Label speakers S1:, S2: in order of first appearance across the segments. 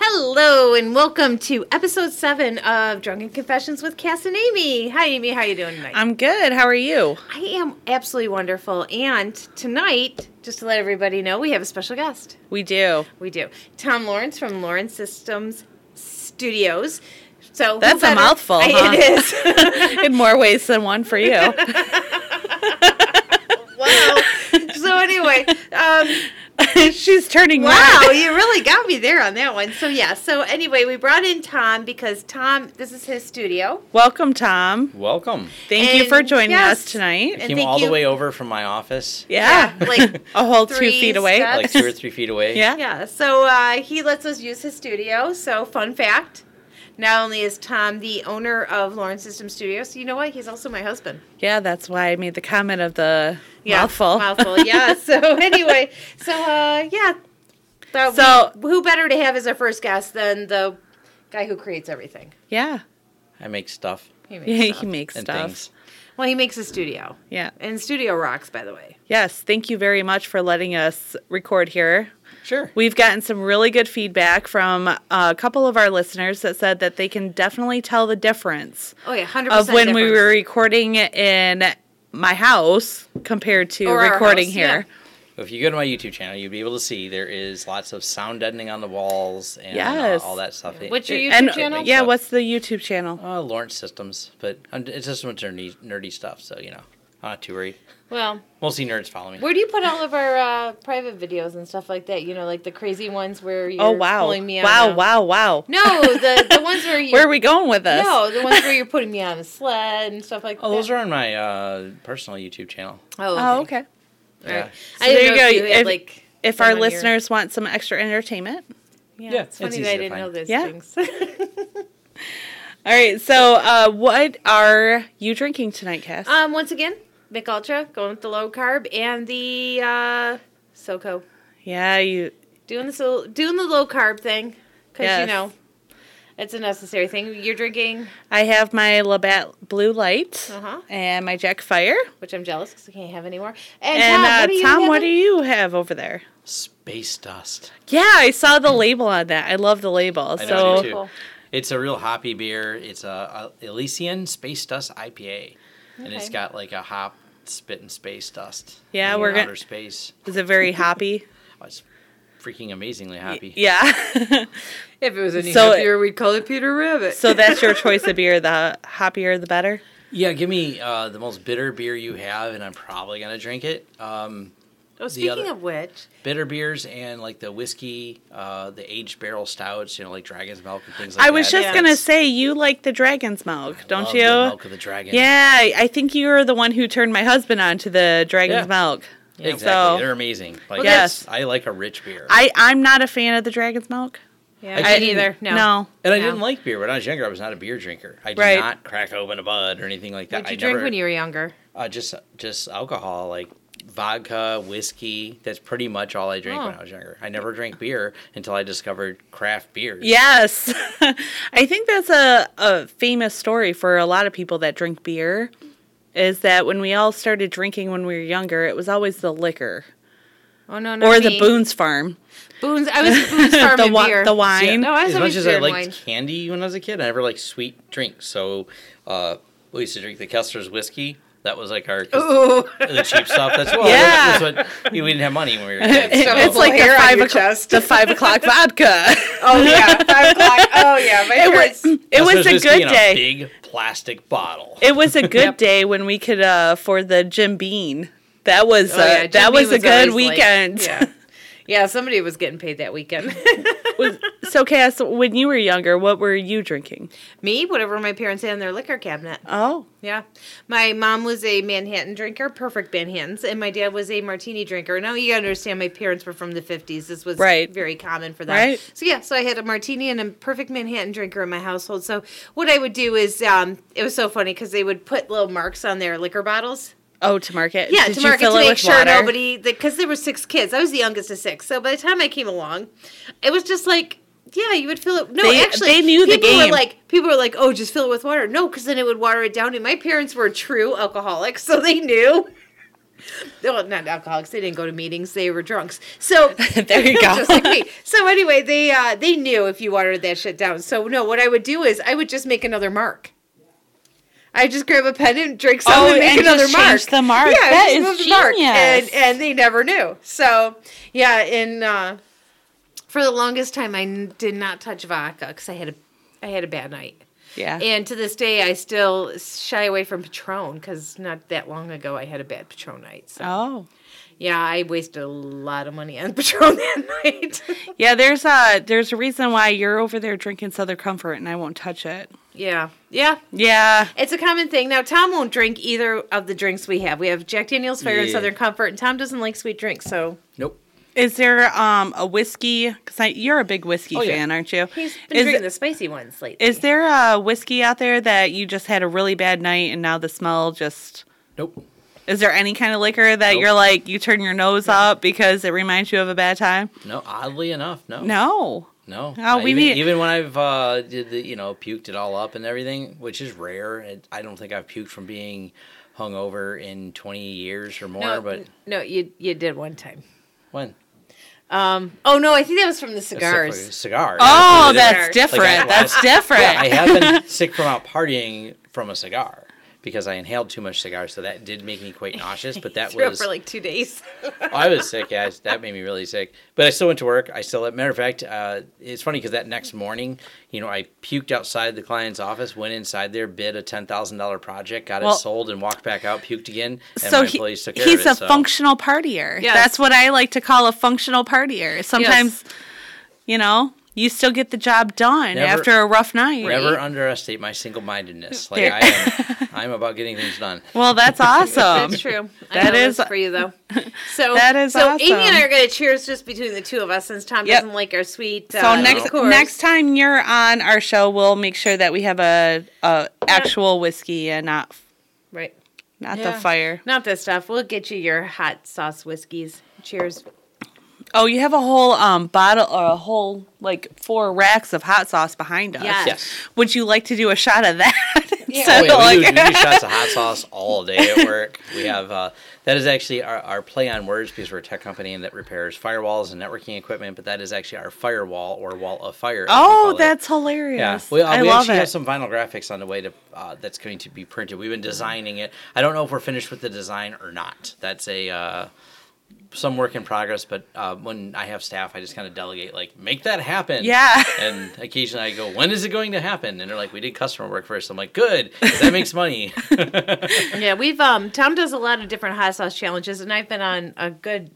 S1: Hello and welcome to episode seven of Drunken Confessions with Cass and Amy. Hi, Amy. How you doing tonight?
S2: I'm good. How are you?
S1: I am absolutely wonderful. And tonight, just to let everybody know, we have a special guest.
S2: We do.
S1: We do. Tom Lawrence from Lawrence Systems Studios. So who
S2: That's a
S1: better-
S2: mouthful.
S1: I-
S2: huh?
S1: It is.
S2: In more ways than one for you.
S1: wow. So anyway, um,
S2: She's turning
S1: Wow,
S2: red.
S1: you really got me there on that one. So yeah. So anyway, we brought in Tom because Tom, this is his studio.
S2: Welcome, Tom.
S3: Welcome.
S2: Thank you
S1: And
S2: for joining
S1: yes.
S2: us tonight.
S1: And
S3: Came
S1: thank
S3: all
S1: you-
S3: the way over from my office,
S2: Yeah.
S1: like
S2: a whole two
S1: three
S2: feet away.
S1: steps.
S3: like two or three feet away.
S2: Yeah.
S1: yeah. So uh, he lets us use his studio. So fun fact. Not only is Tom the owner of Lawrence System Studios, you know what? He's also my husband.
S2: Yeah, that's why I made the comment of the
S1: Yeah,
S2: mouthful.
S1: Mouthful, yeah. So anyway, so uh, yeah. Thought
S2: So-
S1: we- who better to have as our first guest than the guy who creates everything?
S2: yeah.
S3: I make stuff
S1: He makes
S2: He
S1: stuff.
S2: makes
S3: and
S2: stuff.
S3: things.
S1: Well, he makes a studio.
S2: Yeah.
S1: And studio rocks, by the way.
S2: Yes. Thank you very much for letting us record here.
S3: Sure.
S2: We've gotten some really good feedback from a couple of our listeners that said that they can definitely tell the difference
S1: Oh yeah, hundred
S2: of
S1: percent.
S2: when we were recording in my house compared to
S1: Or our
S2: recording
S1: house,
S2: here.
S3: If you go to my YouTube channel, you'd be able to see there is lots of sound deadening on the walls and uh,
S2: Yes.
S3: all that stuff. It-
S1: What's your
S3: it-
S1: YouTube
S2: And uh,
S1: channel? Oh,
S2: yeah, what's the YouTube channel?
S3: Uh, Lawrence Systems, but I'm, it's just some nerdy, nerdy stuff, so you know, I'm not too worried.
S1: Well,
S3: Mostly nerds follow me.
S1: where do you put all of our uh, private videos and stuff like that? You know, like the crazy ones where you're
S2: Oh wow!
S1: pulling me on.
S2: wow!
S1: a-
S2: Wow! Wow!
S1: No, the the ones where you
S2: Where are we going with this?
S1: no the ones where you're putting me on a sled and stuff like
S3: Oh,
S1: that.
S3: those are on my uh, personal YouTube channel.
S2: Oh, okay.
S1: All right.
S3: Yeah.
S1: I
S2: So
S1: didn't
S2: there you
S1: know
S2: go.
S1: If you had,
S2: If-
S1: like
S2: If
S1: them
S2: our
S1: on your-
S2: listeners want some extra entertainment,
S1: yeah,
S3: Yeah,
S1: it's funny
S3: it's
S1: that I
S3: easy to
S1: didn't know
S3: find.
S1: those
S2: Yeah.
S1: things.
S2: all right. So, uh, what are you drinking tonight, Cass?
S1: um, once again, Mick Ultra going with the low carb and the uh, SoCo.
S2: yeah, you.
S1: doing the so, doing the low carb thing because you
S2: Yes.
S1: know it's a necessary thing. You're drinking,
S2: I have my Labatt Blue Light
S1: Uh-huh.
S2: and my Jack Fire.
S1: which I'm jealous because I can't have anymore. And,
S2: And
S1: Tom,
S2: uh,
S1: what are you
S2: Tom, what do
S1: having?
S2: you have over there?
S3: Space dust.
S2: Yeah, I saw the label on that. I love the label.
S3: I know,
S2: so
S3: me too. It's a real hoppy beer. It's a, a Elysian Space Dust IPA, and it's
S1: Okay.
S3: got like a hop spit and space dust.
S2: Yeah,
S3: in
S2: we're gonna-
S3: outer space.
S2: is it very hoppy?
S3: I was freaking amazingly happy.
S2: yeah.
S1: If it was any
S2: So- happier,
S1: we'd call it Peter Rabbit.
S2: so that's your choice of beer. The hoppier, the better.
S3: Yeah, give me uh, the most bitter beer you have, and I'm probably gonna drink it. Um,
S1: oh, speaking
S3: other-
S1: of which,
S3: bitter beers and like the whiskey, uh, the aged barrel stouts, you know, like Dragon's Milk and things like that.
S2: I was just
S1: Yeah.
S2: gonna say you like the dragon's milk, don't
S3: Love
S2: you?
S3: The milk of the dragon.
S2: yeah, I- I think you're the one who turned my husband on to the dragon's
S3: Yeah.
S2: milk.
S3: exactly.
S2: So-
S3: They're amazing. Like,
S2: that's-
S3: yes, I like a rich beer.
S2: I I'm not a fan of the dragon's milk.
S1: yeah,
S3: I
S1: me
S3: didn't-
S1: either. No,
S3: And I
S1: No.
S3: didn't like beer when I was younger. I was not a beer drinker. I did
S2: Right.
S3: not crack open a bud or anything like that.
S1: What'd you
S3: I
S1: drink
S3: never,
S1: when you were younger?
S3: uh, just just alcohol like vodka, whiskey. That's pretty much all I drank when
S1: Oh.
S3: I was younger. I never drank beer until I discovered craft beers.
S2: Yes, I think that's a a famous story for a lot of people that drink beer. Is that when we all started drinking when we were younger? It was always the liquor
S1: Oh no, not
S2: or the
S1: me.
S2: Boone's Farm,
S1: Boons. I was a Boone's farm
S2: the
S1: and
S2: wi-
S1: beer.
S2: the
S3: So, yeah,
S2: wine.
S1: No, I was
S3: as
S1: always
S3: much as I
S1: beer and
S3: liked
S1: wine.
S3: candy when I was a kid, I never liked sweet drinks. So uh, we used to drink the Kessler's whiskey. That was like our 'cause
S1: Ooh,
S3: the cheap stuff. That's well,
S2: Yeah.
S3: that's what we didn't have money when we were kids. so-
S2: it's like the
S1: Hair on
S2: five
S1: your
S2: o'clock,
S1: chest.
S2: the five o'clock vodka.
S1: oh yeah, five o'clock. Oh yeah, my
S2: it was it was
S3: Kessler's
S2: a
S3: whiskey
S2: good
S3: in
S2: day.
S3: big plastic bottle.
S2: It was a good day when we could uh, afford the Jim Bean. That was
S1: Oh, yeah,
S2: uh, that
S1: Jimmy
S2: was, a
S1: always
S2: good
S1: like-
S2: weekend.
S1: yeah. Yeah, somebody was getting paid that weekend.
S2: Was- so, Cass, when you were younger, what were you drinking?
S1: Me, whatever my parents had in their liquor cabinet.
S2: Oh,
S1: Yeah. My mom was a Manhattan drinker, perfect Manhattans, and my dad was a martini drinker. Now you gotta understand my parents were from the 50s. This was
S2: Right.
S1: very common for them.
S2: Right.
S1: So, yeah, so I had a martini and a perfect Manhattan drinker in my household. So, what I would do is, um, it was so funny because they would put little marks on their liquor bottles.
S2: oh, to market.
S1: Yeah,
S2: Did
S1: to
S2: you
S1: market
S2: fill
S1: to
S2: it
S1: make
S2: with
S1: sure
S2: water?
S1: nobody, because there were six kids. I was the youngest of six. So by the time I came along, it was just like, yeah, you would fill it. No,
S2: They-
S1: actually,
S2: they knew the
S1: people
S2: game.
S1: Were like people were like, oh, just fill it with water. No, because then it would water it down. And my parents were true alcoholics, so they knew. well, not alcoholics. They didn't go to meetings. They were drunks. So
S2: There you go.
S1: just like me. So anyway, they uh, they knew if you watered that shit down. So no, what I would do is I would just make another mark. I just grab a pen and drink some
S2: Oh,
S1: and make
S2: and
S1: another
S2: just
S1: mark.
S2: change the mark.
S1: Yeah, I
S2: That
S1: just
S2: is
S1: moved the mark. And
S2: genius.
S1: and they never knew. So yeah, and uh, for the longest time, I n- did not touch vodka because I had a I had a bad night.
S2: Yeah.
S1: And to this day, I still shy away from Patron because not that long ago I had a bad Patron night. So
S2: oh.
S1: yeah, I wasted a lot of money on Patron that night.
S2: Yeah, there's a there's a reason why you're over there drinking Southern Comfort and I won't touch it.
S1: yeah, yeah,
S2: Yeah.
S1: it's a common thing. Now Tom won't drink either of the drinks we have. We have Jack Daniel's Fire and
S3: Yeah.
S1: Southern Comfort, and Tom doesn't like sweet drinks, so
S3: Nope.
S2: Is there um a whiskey cuz you're a big whiskey
S3: Oh, yeah.
S2: fan, aren't you?
S1: he's been
S2: Is-
S1: drinking the spicy ones lately.
S2: Is there a whiskey out there that you just had a really bad night and now the smell just
S3: Nope.
S2: is there any kind of liquor that
S3: Nope.
S2: you're like you turn your nose up because it reminds you of a bad time?
S3: No. Oddly enough, no.
S2: No.
S3: No.
S2: Oh,
S3: I
S2: we
S3: even,
S2: need-
S3: even when I've uh, did the you know puked it all up and everything, which is rare. It, I don't think I've puked from being hungover in 20 years or more.
S1: no,
S3: but
S1: no, you you did one time.
S3: when
S1: Um, oh no, I think that was from the
S3: That's different.
S1: cigars.
S3: Cigar.
S2: Oh,
S3: That's
S2: that's
S1: Like,
S2: different.
S3: I-
S2: that's different.
S3: I have been sick from out partying from a cigar because I inhaled too much cigar, so that did make me quite nauseous. But that
S1: Threw up
S3: was
S1: for like two days.
S3: I was sick. Yeah, that made me really sick. But I still went to work. I still, matter of fact, uh, it's funny because that next morning, you know, I puked outside the client's office, went inside there, bid a ten thousand dollar project, got
S2: Well-
S3: it sold, and walked back out, puked again, and
S2: so
S3: my
S2: he,
S3: employees took care
S2: he's
S3: of it.
S2: a
S3: so.
S2: functional partier.
S1: Yes.
S2: That's what I like to call a functional partier. Sometimes, you know, you still get the job done
S3: Never-
S2: after a rough night.
S3: Never underestimate my single mindedness. Like
S2: There.
S3: I am, I'm about getting things done.
S2: Well, that's awesome.
S1: That's true. I
S2: Um, That
S1: know
S2: is-
S1: that's for you though. So
S2: That is
S1: so. Amy
S2: awesome.
S1: and I are gonna cheers just between the two of us since Tom
S2: Yep.
S1: doesn't like our sweet.
S2: So
S1: uh,
S2: next
S1: liqueurs.
S2: next time you're on our show, we'll make sure that we have a, a actual whiskey and not
S1: right?
S2: not
S1: Yeah.
S2: the fire.
S1: Not this stuff. We'll get you your hot sauce whiskeys. Cheers.
S2: Oh, you have a whole um bottle or a whole like four racks of hot sauce behind us.
S1: Yes.
S3: Yes.
S2: Would you like to do a shot of that?
S3: Oh,
S2: Instead
S3: yeah,
S2: of,
S3: we,
S2: like-
S3: do, we do shots of hot sauce all day at work. We have uh, that is actually our, our play on words because we're a tech company and that repairs firewalls and networking equipment. But that is actually our firewall or wall of fire. as we call
S2: Oh,
S3: it.
S2: that's
S3: yeah.
S2: hilarious.
S3: We, uh,
S2: I
S3: we
S2: love
S3: actually
S2: it.
S3: have some vinyl graphics on the way to uh, that's going to be printed. We've been designing it. I don't know if we're finished with the design or not. That's a uh, some work in progress. But uh, when I have staff, I just kind of delegate like make that happen.
S2: Yeah.
S3: And occasionally I go, when is it going to happen? And they're like, we did customer work first. I'm like, good, 'cause that makes money.
S1: Yeah, we've um. Tom does a lot of different hot sauce challenges, and I've been on a good.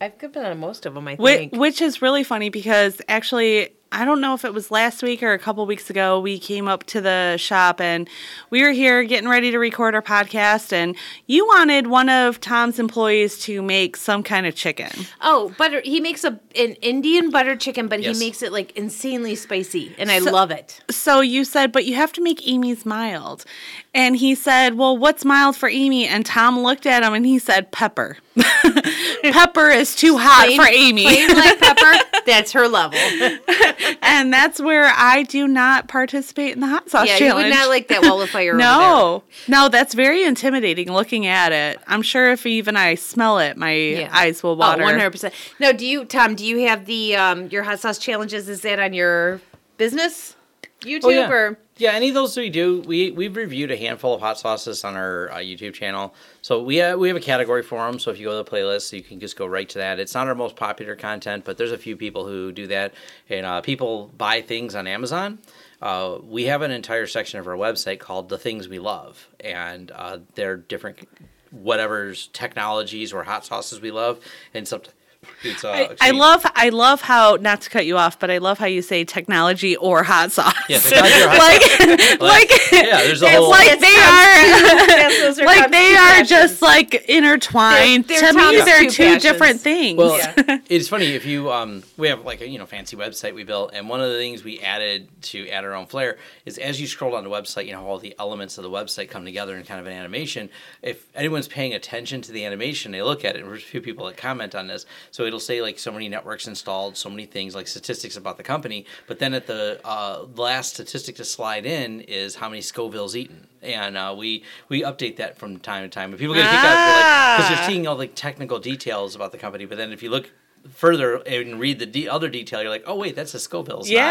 S1: I've been on most of them. I
S2: Which,
S1: think.
S2: which is really funny because actually, I don't know if it was last week or a couple weeks ago, we came up to the shop and we were here getting ready to record our podcast, and you wanted one of Tom's employees to make some kind of chicken.
S1: oh, butter. He makes a an Indian butter chicken, but
S3: Yes.
S1: he makes it like insanely spicy, and I love it.
S2: So you said, but you have to make Amy's mild. And he said, well, what's mild for Amy? And Tom looked at him and he said, pepper. pepper is too hot for Amy.
S1: Plain black pepper. That's her level.
S2: and that's where I do not participate in the hot sauce
S1: Yeah, you
S2: challenge.
S1: would not like that wall of fire. Over there.
S2: no, no, that's very intimidating. Looking at it, I'm sure if even I smell it, my eyes will water.
S1: Oh, One hundred percent. No, do you, Tom? Do you have the um your hot sauce challenges? Is that on your business YouTube
S3: Oh, yeah.
S1: or?
S3: Yeah, any of those we do, we we've reviewed a handful of hot sauces on our uh, YouTube channel. So we uh, we have a category for them. So if you go to the playlist, you can just go right to that. It's not our most popular content, but there's a few people who do that, and uh, people buy things on Amazon. Uh, we have an entire section of our website called "The Things We Love," and uh, they're different, whatever's technologies or hot sauces we love, and some. It's, uh,
S2: I, I
S3: excuse me.
S2: love, I love how not to cut you off, but I love how you say technology or hot sauce.
S3: Yeah, technology or
S2: like,
S3: hot
S2: like,
S3: yeah. There's a whole
S2: like they are,
S1: That's- those are
S2: like
S1: Tom's
S2: they
S1: two
S2: are
S1: passions.
S2: just like intertwined.
S1: They're- they're
S2: to me,
S1: Tom's
S2: they're
S1: two
S2: two
S1: passions.
S2: different things.
S3: Well,
S1: Yeah.
S3: it's funny if you um, we have like a you know fancy website we built, and one of the things we added to add our own flair is as you scroll on the website, you know all the elements of the website come together in kind of an animation. If anyone's paying attention to the animation, they look at it. And there's a few people that comment on this. So it'll say like so many networks installed, so many things like statistics about the company. But then at the uh, last statistic to slide in is how many Scovilles eaten, and uh, we we update that from time to time. And people get a kick out because
S2: Ah.
S3: they're seeing all the technical details about the company. But then if you look further and read the de- other detail, you're like, oh wait, that's a Scoville's,
S2: Yeah.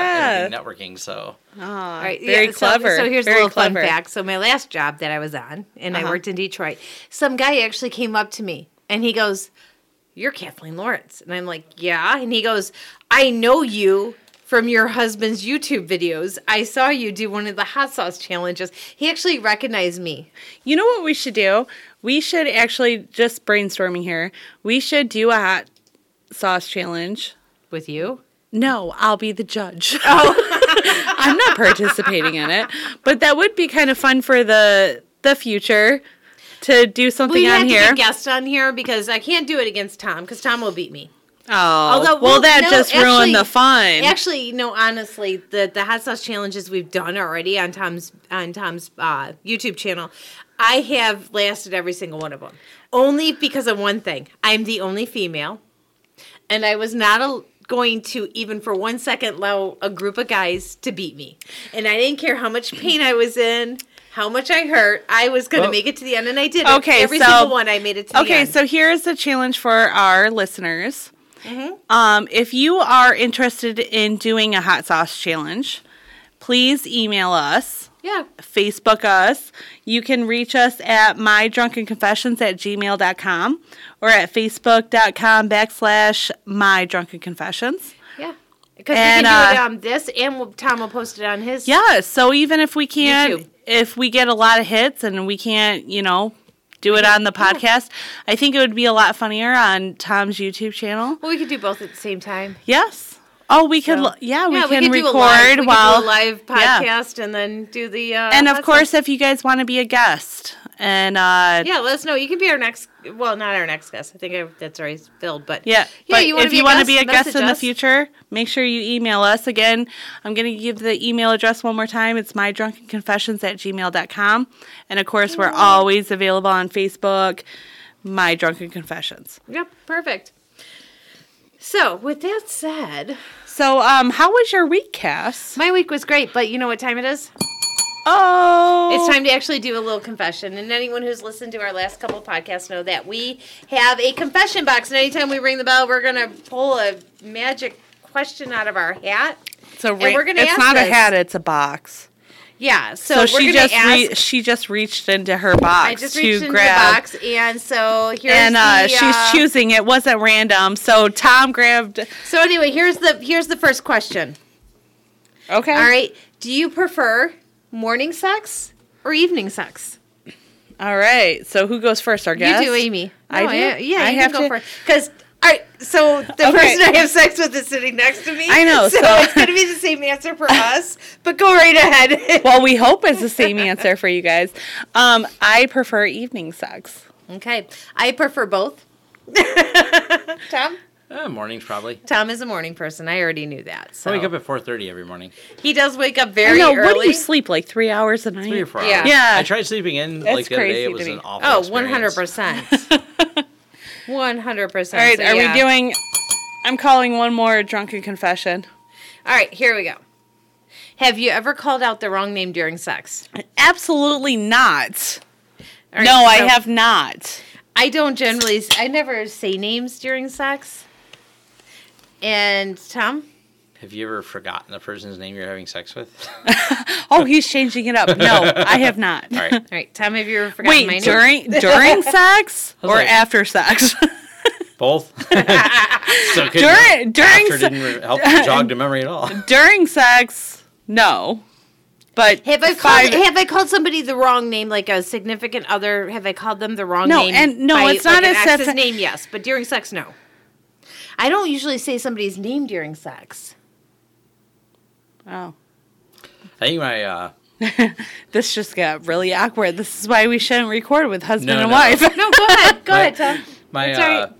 S3: not anything networking. So
S2: Ah,
S1: All right,
S2: very
S1: yeah, so-
S2: clever.
S1: So, here's
S2: very
S1: a little
S2: clever. Uh-huh.
S1: fun fact. So my last job that I was on, and I worked in Detroit, some guy actually came up to me and he goes, "You're Kathleen Lawrence," and I'm like, "Yeah," and he goes, "I know you." From your husband's YouTube videos, I saw you do one of the hot sauce challenges. He actually recognized me.
S2: You know what we should do? We should actually just brainstorming here. We should do a hot sauce challenge.
S1: With you?
S2: No, I'll be the judge. Oh. I'm not participating in it, but that would be kind of fun for the the future to do something
S1: We
S2: on
S1: have
S2: here.
S1: to get guests on here because I can't do it against Tom because Tom will beat me.
S2: oh,
S1: Although,
S2: well,
S1: well,
S2: that
S1: no,
S2: just ruined the
S1: actually-
S2: fun.
S1: Actually, no. Honestly, the the hot sauce challenges we've done already on Tom's on Tom's uh, YouTube channel, I have lasted every single one of them. Only because of one thing: I'm the only female, and I was not a, going to even for one second allow a group of guys to beat me. And I didn't care how much pain I was in, how much I hurt. I was going to
S3: Well-
S1: make it to the end, and I did.
S2: Okay,
S1: it. every
S2: so-
S1: single one I made it to. the
S2: okay,
S1: end.
S2: so here is a challenge for our listeners.
S1: Mm-hmm.
S2: Um, if you are interested in doing a hot sauce challenge, please email us.
S1: yeah.
S2: Facebook us. You can reach us at mydrunkenconfessions at gmail.com or at facebook.com backslash mydrunkenconfessions.
S1: Yeah. Because we
S2: And,
S1: can do it
S2: uh,
S1: on this, and we'll, Tom will post it on his.
S2: Yeah, so even if we can't,
S1: YouTube.
S2: if we get a lot of hits and we can't, you know, do it on the podcast, I think it would be a lot funnier on Tom's YouTube channel.
S1: Well, we could do both at the same time.
S2: Yes. Oh, we could,
S1: So-
S2: li- yeah, we
S1: yeah,
S2: can
S1: we could
S2: record
S1: do a live, we
S2: while.
S1: could do a live
S2: yeah.
S1: podcast and then do the. Uh,
S2: And of
S1: hot
S2: course,
S1: sauce.
S2: if you guys want to be a guest and uh,
S1: yeah, let us know. You could be our next. Well, not our next guest. I think I, that's already filled, but
S2: Yeah.
S1: yeah.
S2: but
S1: you
S2: if you want to be a guest
S1: message
S2: in the
S1: us.
S2: future, make sure you email us. Again, I'm going to give the email address one more time. It's mydrunkenconfessions at gmail.com. And of course, we're always available on Facebook, My Drunken Confessions.
S1: Yep, perfect. So, with that said,
S2: So, um, how was your week, Cass?
S1: my week was great, but you know what time it is?
S2: Oh.
S1: It's time to actually do a little confession. And anyone who's listened to our last couple of podcasts know that we have a confession box. And anytime we ring the bell, we're going to pull a magic question out of our hat.
S2: It's, a
S1: we're gonna
S2: it's
S1: ask
S2: not a
S1: this.
S2: hat, it's a box.
S1: Yeah. So,
S2: So,
S1: we're
S2: she
S1: gonna
S2: just
S1: ask,
S2: re- she just reached into her box
S1: I just
S2: to
S1: reached into
S2: grab
S1: the box, and so here's
S2: and uh,
S1: the,
S2: she's choosing. It wasn't random. So Tom grabbed.
S1: So anyway, here's the here's the first question.
S2: Okay.
S1: All right, do you prefer morning sex or evening sex?
S2: All right. So who goes first? Our guest.
S1: You do, Amy.
S2: I do?
S1: yeah,
S2: I
S1: you
S2: have
S1: can go
S2: to-
S1: first because. All right, so the
S2: Okay.
S1: person I have sex with is sitting next to me.
S2: I know,
S1: so,
S2: so-
S1: it's going to be the same answer for us. But go right ahead.
S2: Well, we hope it's the same answer for you guys. Um, I prefer evening sex.
S1: okay, I prefer both. Tom,
S3: uh, mornings probably.
S1: Tom is a morning person. I already knew that. So
S3: I wake up at four thirty every morning,
S1: he does wake up
S2: I
S1: very
S2: know.
S1: early.
S2: What do you sleep like three hours a night?
S3: three or four
S1: Yeah.
S3: hours.
S2: Yeah.
S3: I tried sleeping in
S2: That's
S3: like the other
S2: crazy
S3: day. It
S2: to
S3: was
S2: me.
S3: an awful.
S1: Oh, one
S3: experience.
S1: hundred percent. One hundred
S2: All
S1: percent.
S2: right. Are we doing? I'm calling one more drunken confession.
S1: All right, here we go. Have you ever called out the wrong name during sex?
S2: Absolutely not.
S1: All right,
S2: no, I
S1: so
S2: have not.
S1: I don't generally. I never say names during sex. And Tom,
S3: Have you ever forgotten the person's name you're having sex with?
S2: Oh, he's changing it up. No, I have not.
S3: All right.
S1: all right, Tom, have you ever forgotten my name?
S2: Wait, during during sex
S3: was
S2: or
S3: like-
S2: after sex?
S3: Both. so could
S2: during during
S3: After
S2: se-
S3: didn't re- help jog to memory at all.
S2: during sex, no. But
S1: Have I called?
S2: five-
S1: Have I called somebody the wrong name, like a significant other? Have I called them the wrong
S2: No,
S1: name?
S2: and no,
S1: by,
S2: it's not
S1: like,
S2: a
S1: an ex's
S2: sex-
S1: name. Yes, but during sex, no. I don't usually say somebody's name during sex.
S2: Oh,
S3: I think my uh,
S2: this just got really awkward. This is why we shouldn't record with husband
S3: No,
S2: and
S3: no.
S2: wife.
S1: No, go ahead, go
S3: my-
S1: ahead, Tom.
S3: My
S1: That's all
S3: uh,
S1: right.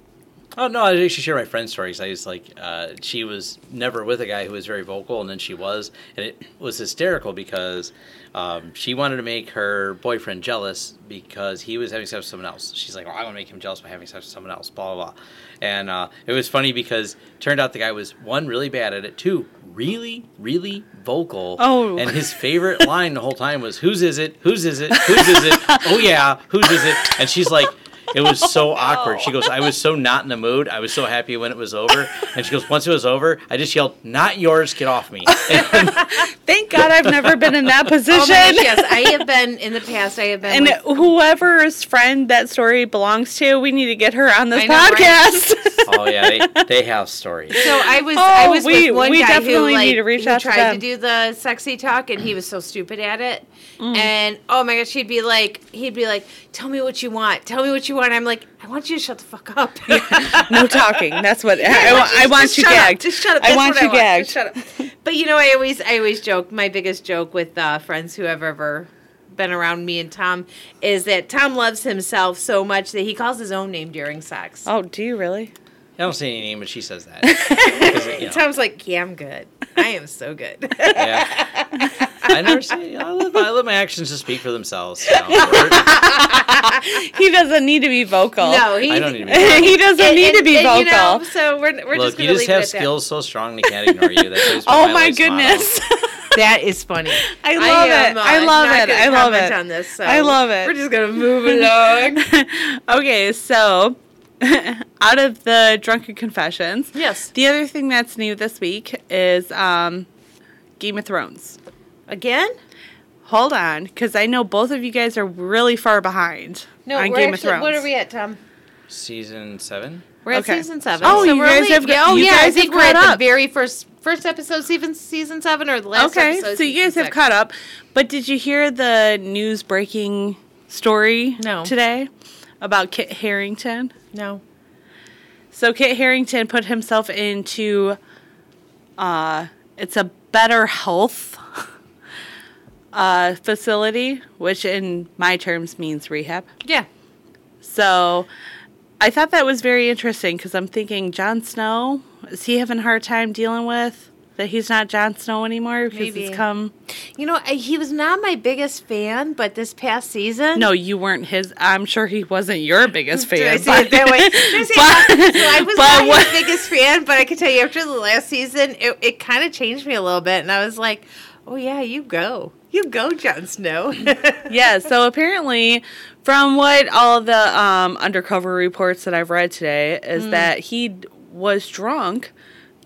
S3: Oh no, I actually share my friend's story because I was like, uh, she was never with a guy who was very vocal, and then she was, and it was hysterical because um, she wanted to make her boyfriend jealous because he was having sex with someone else. She's like, well, I want to make him jealous by having sex with someone else, blah blah blah, and uh, it was funny because turned out the guy was one really bad at it, two really really vocal,
S2: Oh.
S3: and his favorite line the whole time was, "Whose is it? Whose is it? Whose is it? Oh yeah, whose is it?" And she's like. It was so awkward. She goes, I was so not in the mood. I was so happy when it was over. And she goes, Once it was over, I just yelled, Not yours, get off me.
S2: Thank God I've never been in that position.
S1: Oh my gosh, yes, I have been in the past. I have been.
S2: And
S1: with-
S2: whoever's friend that story belongs to, we need to get her on this
S1: I know, right?
S2: podcast.
S3: oh, yeah, they, they have stories.
S1: so I was. I
S2: Oh,
S1: was
S2: we-
S1: with one
S2: we
S1: guy
S2: definitely
S1: who like
S2: need to reach
S1: who
S2: out to
S1: tried
S2: them.
S1: do the sexy talk, and he was so stupid at it.
S2: Mm.
S1: And oh my gosh, he'd be like, he'd be like, "Tell me what you want. Tell me what you want." I'm like, "I want you to shut the fuck up."
S2: no talking. That's what I-
S1: I
S2: I, I want
S1: just
S2: you
S1: shut up.
S2: gagged.
S1: Just shut up.
S2: I
S1: That's
S2: want
S1: what
S2: you gagged.
S1: Just shut up. But you know, I always, I always joke. My biggest joke with uh, friends who have ever been around me and Tom is that Tom loves himself so much that he calls his own name during sex.
S2: Oh, do you really?
S3: I don't say any name, but she says that. 'Cause, you know,
S1: Tom's like, "Yeah, I'm good. I am so good."
S3: yeah. I never say, I let, I let my actions just speak for themselves. you know. Or-
S2: He doesn't need to be vocal.
S1: no, he.
S3: I don't need to be.
S2: he doesn't
S1: and-
S2: need to
S1: and-
S2: be
S1: and,
S2: vocal.
S1: you know, so we're, we're just
S3: Look,
S1: gonna
S3: you
S1: leave
S3: just
S1: it
S3: have
S1: at that.
S3: skills so strong they can't ignore you. That's always been
S2: oh my
S3: life's motto.
S2: goodness.
S1: That is funny.
S2: I love
S1: am,
S2: it. I
S1: uh,
S2: love
S1: not
S2: it.
S1: gonna
S2: I love
S1: comment
S2: it.
S1: On this, so
S2: I love it.
S1: We're just gonna move along.
S2: okay, so out of the drunken confessions,
S1: yes.
S2: the other thing that's new this week is um, Game of Thrones.
S1: Again.
S2: Hold on, because I know both of you guys are really far behind
S1: No,
S2: on
S1: we're
S2: Game
S1: actually,
S2: of Thrones.
S1: What are we at, Tom?
S3: Season seven?
S1: We're at
S2: Okay.
S1: season seven.
S2: Oh, you
S1: we're
S2: guys have-
S1: yeah, oh
S2: you
S1: yeah, I
S2: guys have
S1: think we're
S2: caught
S1: at
S2: up.
S1: the very first first episode, season season seven, or the last.
S2: okay,
S1: episode,
S2: so you guys
S1: season
S2: have
S1: six.
S2: caught up. But did you hear the news breaking story
S1: No.
S2: today about Kit Harrington?
S1: No.
S2: So Kit Harrington put himself into uh it's a better health uh facility, which in my terms means rehab.
S1: Yeah.
S2: So I thought that was very interesting because I'm thinking Jon Snow, is he having a hard time dealing with that he's not Jon Snow anymore because
S1: Maybe.
S2: he's come
S1: You know, I- he was not my biggest fan, but this past season,
S2: No, you weren't his I'm sure he wasn't your biggest fan.
S1: Did I say
S2: but-
S1: it that way? Did I say
S2: but-
S1: it that- so I was
S2: but
S1: not
S2: what-
S1: his biggest fan, but I can tell you after the last season, it, it kind of changed me a little bit, and I was like, "Oh yeah, you go, you go, Jon Snow."
S2: yeah, so apparently, from what all the um, undercover reports that I've read today,
S1: Mm.
S2: is that he d- was drunk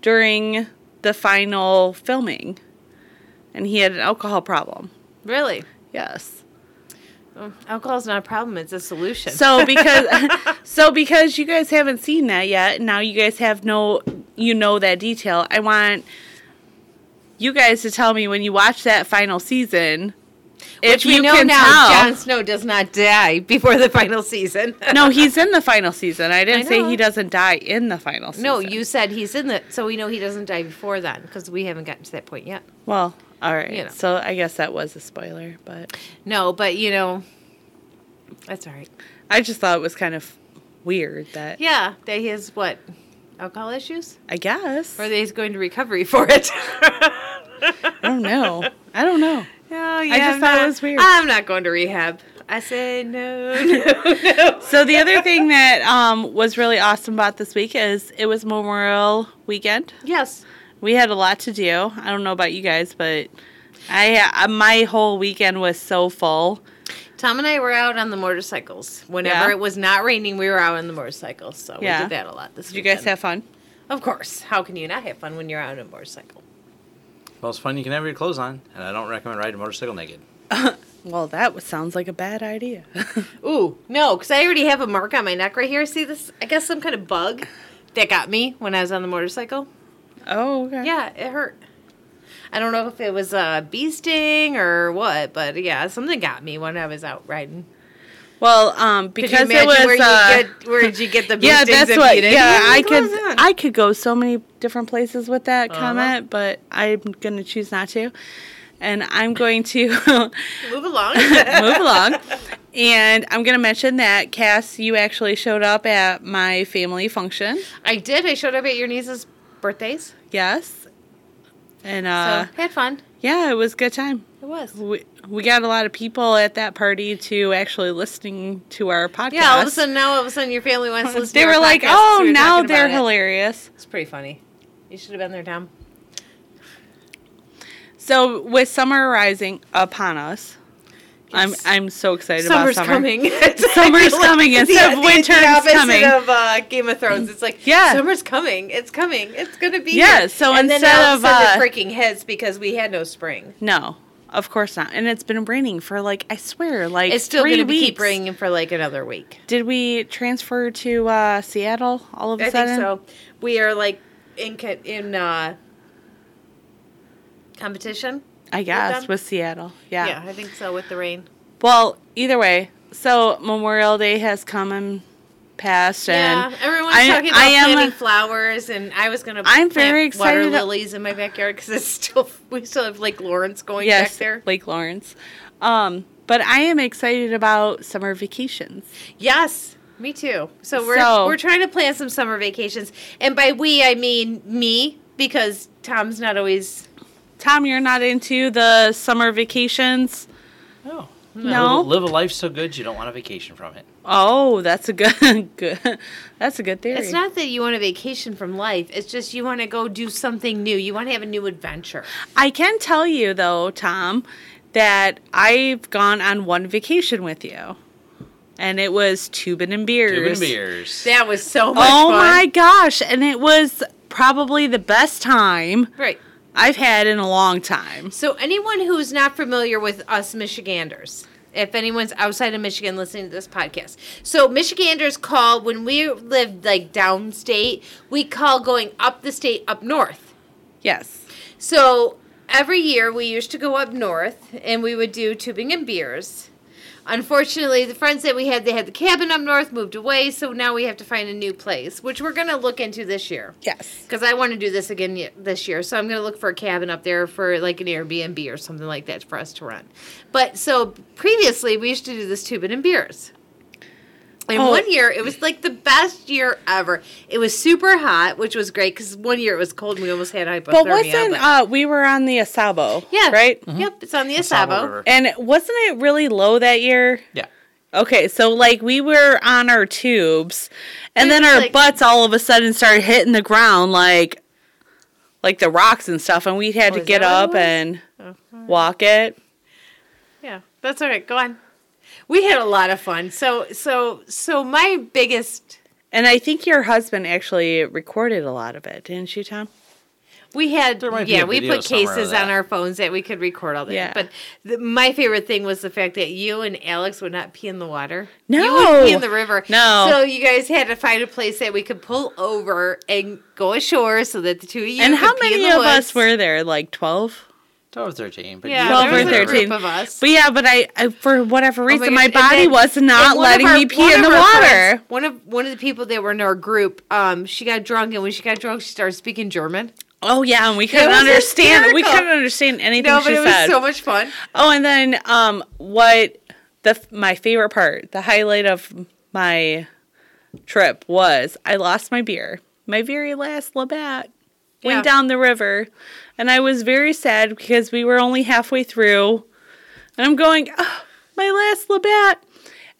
S2: during the final filming and he had an alcohol problem.
S1: really,
S2: Yes.
S1: alcohol's not a problem; it's a solution.
S2: So because so because you guys haven't seen that yet, now you guys have no you know that detail. I want you guys to tell me when you watch that final season
S1: Which we
S2: you
S1: know
S2: can
S1: now,
S2: tell-
S1: Jon Snow does not die before the final season.
S2: no, he's in the final season. I didn't
S1: I
S2: say
S1: know.
S2: he doesn't die in the final season.
S1: No, you said he's in the. So we know he doesn't die before then because we haven't gotten to that point yet.
S2: Well, all right.
S1: You know.
S2: So I guess that was a spoiler, but
S1: No, but you know, that's all right.
S2: I just thought it was kind of weird that
S1: Yeah, that he has what alcohol issues,
S2: I guess.
S1: or that he's going to recovery for it.
S2: I don't know. I don't know.
S1: Oh, yeah,
S2: just
S1: I'm
S2: thought it
S1: not-
S2: was weird.
S1: I'm not going to rehab. I say no, no, no.
S2: So the other thing that um, was really awesome about this week is it was Memorial Weekend.
S1: Yes.
S2: We had a lot to do. I don't know about you guys, but I uh, my whole weekend was so full.
S1: Tom and I were out on the motorcycles. Whenever
S2: Yeah.
S1: it was not raining, we were out on the motorcycles. So
S2: Yeah.
S1: we did that a lot this
S2: Did you guys
S1: weekend.
S2: have fun?
S1: Of course. How can you not have fun when you're out on a motorcycle?
S3: Most fun you can have your clothes on, and I don't recommend riding a motorcycle naked.
S2: Well, that was- sounds like a bad idea.
S1: Ooh, no, because I already have a mark on my neck right here. See this? I guess some kind of bug that got me when I was on the motorcycle.
S2: oh, okay.
S1: Yeah, it hurt. I don't know if it was a bee sting or what, but yeah, something got me when I was out riding.
S2: Well, um,
S1: Could
S2: because
S1: you
S2: it was
S1: imagine where
S2: uh,
S1: you get where did you get the bee
S2: yeah,
S1: stings
S2: that's
S1: if you
S2: what.
S1: didn't
S2: Yeah,
S1: have
S2: I
S1: your
S2: could
S1: clothes on?
S2: I could go so many different places with that
S1: Uh-huh.
S2: comment, but I'm gonna choose not to, and I'm going to move
S1: move along.
S2: along And I'm going to mention that, Cass, you actually showed up at my family function.
S1: I did. I showed up at your niece's birthdays.
S2: Yes. And uh,
S1: so had fun.
S2: yeah, it was a good time.
S1: It was.
S2: We, we got a lot of people at that party to actually listening to our podcast.
S1: Yeah, all of a sudden now all of a sudden your family wants to listen.
S2: they
S1: to our
S2: were like,
S1: podcast, so
S2: oh,
S1: we were
S2: now
S1: talking about
S2: they're
S1: it.
S2: hilarious.
S1: It's pretty funny. You should have been there, Tom.
S2: So, with summer rising upon us, I'm
S1: Yes.
S2: I'm so excited
S1: Summer's
S2: about summer.
S1: coming.
S2: Summer's coming instead of winter is
S1: The opposite
S2: coming.
S1: of uh, Game of Thrones. It's like
S2: Yeah.
S1: summer's coming. It's coming. It's gonna be.
S2: Yeah,
S1: here.
S2: so
S1: and then
S2: instead
S1: all of, a
S2: of,
S1: sudden
S2: uh,
S1: it freaking hits because we had no spring.
S2: No, of course not. And it's been raining for like I swear, like
S1: It's still
S2: three
S1: gonna be
S2: weeks.
S1: keep raining for like another week.
S2: Did we transfer to uh, Seattle all of a
S1: I think
S2: sudden?
S1: so. We are like in co- in uh, competition.
S2: I
S1: them?
S2: guess with Seattle. Yeah.
S1: yeah, I think so. With the rain.
S2: Well, either way, so Memorial Day has come and passed, and
S1: Yeah, everyone's
S2: I-
S1: talking about
S2: I am-
S1: planting flowers, and I was gonna.
S2: I'm
S1: plant
S2: very excited
S1: Water
S2: that-
S1: lilies in my backyard because it's still we still have Lake Lawrence going
S2: yes,
S1: back there.
S2: Lake Lawrence. Um, but I am excited about summer vacations.
S1: Yes, me too. So we're
S2: So-
S1: we're trying to plan some summer vacations, and by we I mean me because Tom's not always.
S2: Tom, you're not into the summer vacations.
S3: Oh.
S2: No.
S3: Live, live a life so good you don't want a vacation from it.
S2: Oh, that's a good, good. That's a good theory.
S1: It's not that you want a vacation from life. It's just you want to go do something new. You want to have a new adventure.
S2: I can tell you though, Tom, that I've gone on one vacation with you, and it was Tubin and Beers.
S3: Two and beers.
S1: That was so much
S2: Oh
S1: fun.
S2: my gosh! And it was probably the best time
S1: Right.
S2: I've had in a long time.
S1: So, anyone who's not familiar with us Michiganders, if anyone's outside of Michigan listening to this podcast, so Michiganders call when we lived like downstate, we call going up the state up north.
S2: Yes.
S1: So, every year we used to go up north and we would do tubing and beers. Unfortunately, the friends that we had, they had the cabin up north, moved away, so now we have to find a new place, which we're going to look into this year
S2: Yes.
S1: because I want to do this again y- this year. So I'm going to look for a cabin up there for like an Airbnb or something like that for us to rent. But so previously we used to do this tubing and beers. And
S2: Oh.
S1: one year it was like the best year ever. It was super hot, which was great because one year it was cold and we almost had hypothermia.
S2: But wasn't
S1: but-
S2: uh, we were on the Asabo?
S1: yeah,
S2: Right.
S1: Yep, it's on the
S3: Sabo
S1: Asabo.
S3: River.
S2: And wasn't it really low that year?
S3: Yeah.
S2: Okay, so like we were on our tubes, and
S1: It
S2: then
S1: was
S2: our
S1: like-
S2: butts all of a sudden started hitting the ground like, like the rocks and stuff, and we had
S1: Oh,
S2: to
S1: is
S2: get
S1: that what it
S2: up
S1: was?
S2: and walk it.
S1: Yeah, that's all right. Go on. We had a lot of fun. So, so, so my biggest
S2: And I think your husband actually recorded a lot of it, didn't you, Tom?
S1: We had
S3: might be
S1: yeah,
S3: a
S1: we
S3: video
S1: put
S3: somewhere of
S1: cases
S3: that.
S1: on our phones that we could record all that.
S2: Yeah.
S1: But th my favorite thing was the fact that you and Alex would not pee in the water. you
S2: No.
S1: would pee in the river.
S2: No.
S1: so you guys had to find a place that we could pull over and go ashore so that the two of you
S2: and
S1: could
S2: how
S1: pee in
S2: many
S1: the
S2: of
S1: woods.
S2: us were there? Like twelve.
S3: 12 or 13. But
S1: Yeah,
S3: you
S2: Twelve
S1: there
S2: or
S1: was a group
S2: thirteen
S1: of us.
S2: But yeah, but I, I for whatever
S1: Oh my
S2: reason,
S1: gosh,
S2: my,
S1: and
S2: body
S1: then-
S2: was
S1: and
S2: not
S1: one of
S2: letting
S1: our-
S2: me pee
S1: one
S2: in
S1: of
S2: the
S1: our
S2: water.
S1: friends- one of one of the people that were in our group, um, she got drunk, and when she got drunk, she started speaking German.
S2: Oh yeah, and we couldn't
S1: was
S2: understand. We
S1: hysterical.
S2: couldn't understand anything
S1: No,
S2: she
S1: but it
S2: said.
S1: was so much fun.
S2: Oh, and then um, what the f- my favorite part, the highlight of my trip was I lost my beer, my very last Labatt.
S1: Yeah.
S2: Went down the river, and I was very sad because we were only halfway through, and I'm going, oh, my last Labatt,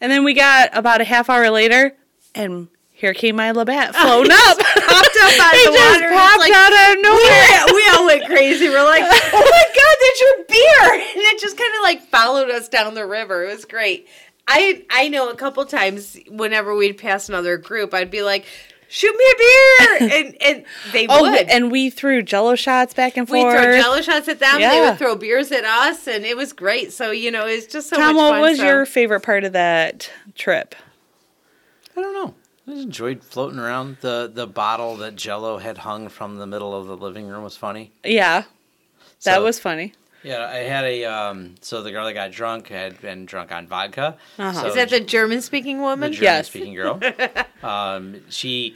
S2: and then we got about a half hour later, and here came my Labatt flown up,
S1: Popped up out of
S2: it
S1: the
S2: just
S1: water. It's
S2: popped
S1: like,
S2: out of nowhere.
S1: Yeah, we all went crazy. We're like, oh my god, that's your beer! And it just kind of like followed us down the river. It was great. I I know a couple times whenever we'd pass another group, I'd be like, shoot me a beer, and and they
S2: Oh,
S1: would.
S2: and we threw Jello shots back and
S1: We'd
S2: forth.
S1: throw jello shots at them. They
S2: Yeah.
S1: would throw beers at us, and it was great. So you know, it's just so
S2: Tom,
S1: much
S2: what
S1: fun.
S2: was
S1: so-
S2: your favorite part of that trip?
S3: I don't know. I just enjoyed floating around. The the bottle that Jello had hung from the middle of the living room was funny.
S2: Yeah, that
S3: So-
S2: was funny.
S3: Yeah, I had a um. So the girl that got drunk had been drunk on vodka.
S2: Uh-huh.
S3: So
S1: is that the German speaking woman?
S2: Ger- Yes.
S3: German-speaking girl. um, she,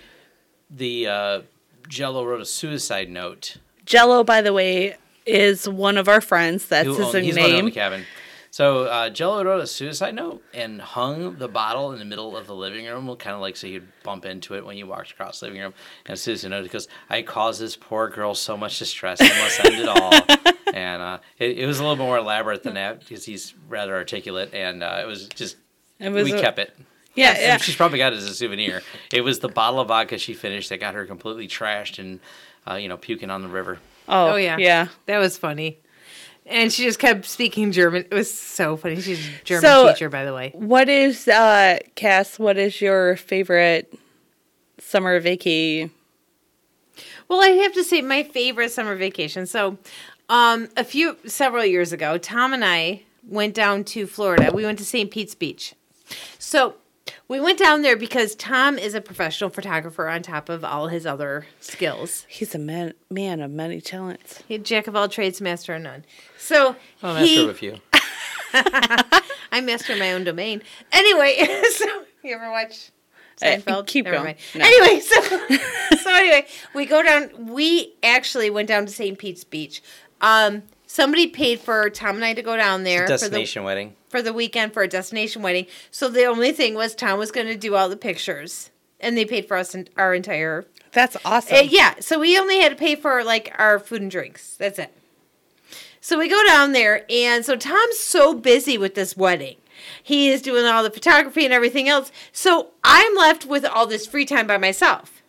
S3: the uh, Jello wrote a suicide note.
S2: Jello, by the way, is one of our friends. That's
S3: Who
S2: his
S3: owned- he's one who owned
S2: name.
S3: the cabin. So uh, Jello wrote a suicide note and hung the bottle in the middle of the living room, kind of like so you'd bump into it when you walked across the living room. And a suicide note because I caused this poor girl so much distress, I must end it all. And uh, it, it was a little bit more elaborate than that because he's rather articulate, and uh, it was just
S2: It was
S3: we
S2: a-
S3: kept it.
S2: Yeah, yeah.
S3: She's probably got it as a souvenir. It was the bottle of vodka she finished that got her completely trashed and, uh, you know, puking on the river.
S2: Oh,
S1: Oh yeah,
S2: yeah.
S1: that was funny. And she just kept speaking German. It was so funny. She's a German
S2: So-
S1: teacher, by the way.
S2: What is uh Cass, what is your favorite summer vacay?
S1: Well, I have to say my favorite summer vacation. So, um, a few several years ago, Tom and I went down to Florida. We went to St. Pete's Beach. So, we went down there because Tom is a professional photographer on top of all his other skills.
S2: He's a man, man of many talents.
S1: He's jack of all trades, master of none. So,
S3: Oh, that's
S1: he,
S3: true with you.
S1: I master my own domain. Anyway, so you ever watch
S2: Uh,
S1: Seinfeld?
S2: keep going. No.
S1: Anyway, so so anyway, we go down. We actually went down to St. Pete's Beach. Um, somebody paid for Tom and I to go down there for the
S3: Destination wedding.
S1: for the weekend for a destination wedding. So the only thing was Tom was going to do all the pictures, and they paid for us and our entire.
S2: That's awesome.
S1: Uh, yeah, so we only had to pay for like our food and drinks. That's it. So we go down there, and so Tom's so busy with this wedding. He is doing all the photography and everything else. So I'm left with all this free time by myself.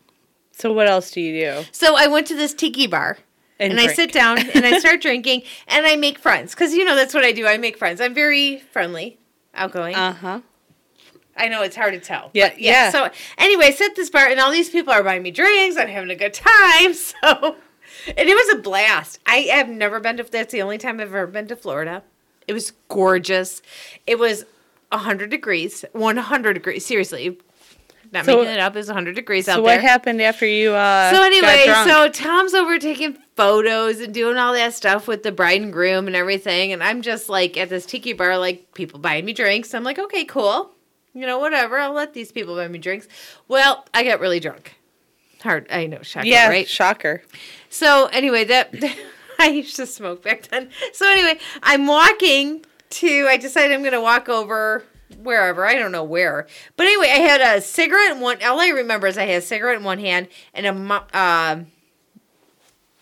S2: So what else do you do?
S1: So I went to this tiki bar.
S2: And
S1: And, I
S2: drink.
S1: sit down and I start drinking and I make friends because you know that's what I do. I make friends. I'm very friendly, outgoing.
S2: Uh-huh.
S1: I know it's hard to tell.
S2: Yeah,
S1: but
S2: yeah.
S1: So anyway, I sit at this bar and all these people are buying me drinks. I'm having a good time. So, and it was a blast. I have never been to. That's the only time I've ever been to Florida. It was gorgeous. It was 100 degrees. 100 degrees. Seriously, not
S2: So-
S1: making it up. It was 100 degrees
S2: So
S1: out
S2: what
S1: there.
S2: happened after you uh
S1: So
S2: got
S1: anyway,
S2: drunk?
S1: so Tom's over taking photos and doing all that stuff with the bride and groom and everything, and I'm just like at this tiki bar, like people buying me drinks. I'm like, okay, cool, you know, whatever. I'll let these people buy me drinks. Well, I got really drunk. Hard, I know, shocker,
S2: Yeah,
S1: right?
S2: shocker.
S1: So anyway, that I used to smoke back then. So anyway, I'm walking to. I decided I'm going to walk over wherever. I don't know where, but anyway, I had a cigarette in one. All I remember is I had a cigarette in one hand and a mo- um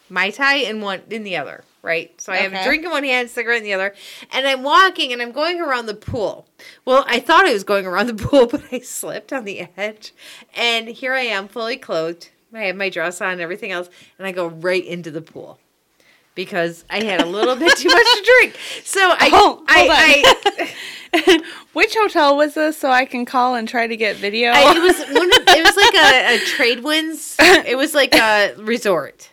S1: mai tai in one in the other. Right. So I have a
S2: Okay.
S1: drink in one hand, cigarette in the other, and I'm walking and I'm going around the pool. Well, I thought I was going around the pool, but I slipped on the edge, and here I am, fully clothed. I have my dress on, everything else, and I go right into the pool because I had a little bit too much to drink. So I,
S2: Oh, hold
S1: I, I,
S2: Which hotel was this so I can call and try to get video?
S1: I, it was one of, it was like a, a trade winds. It was like a resort.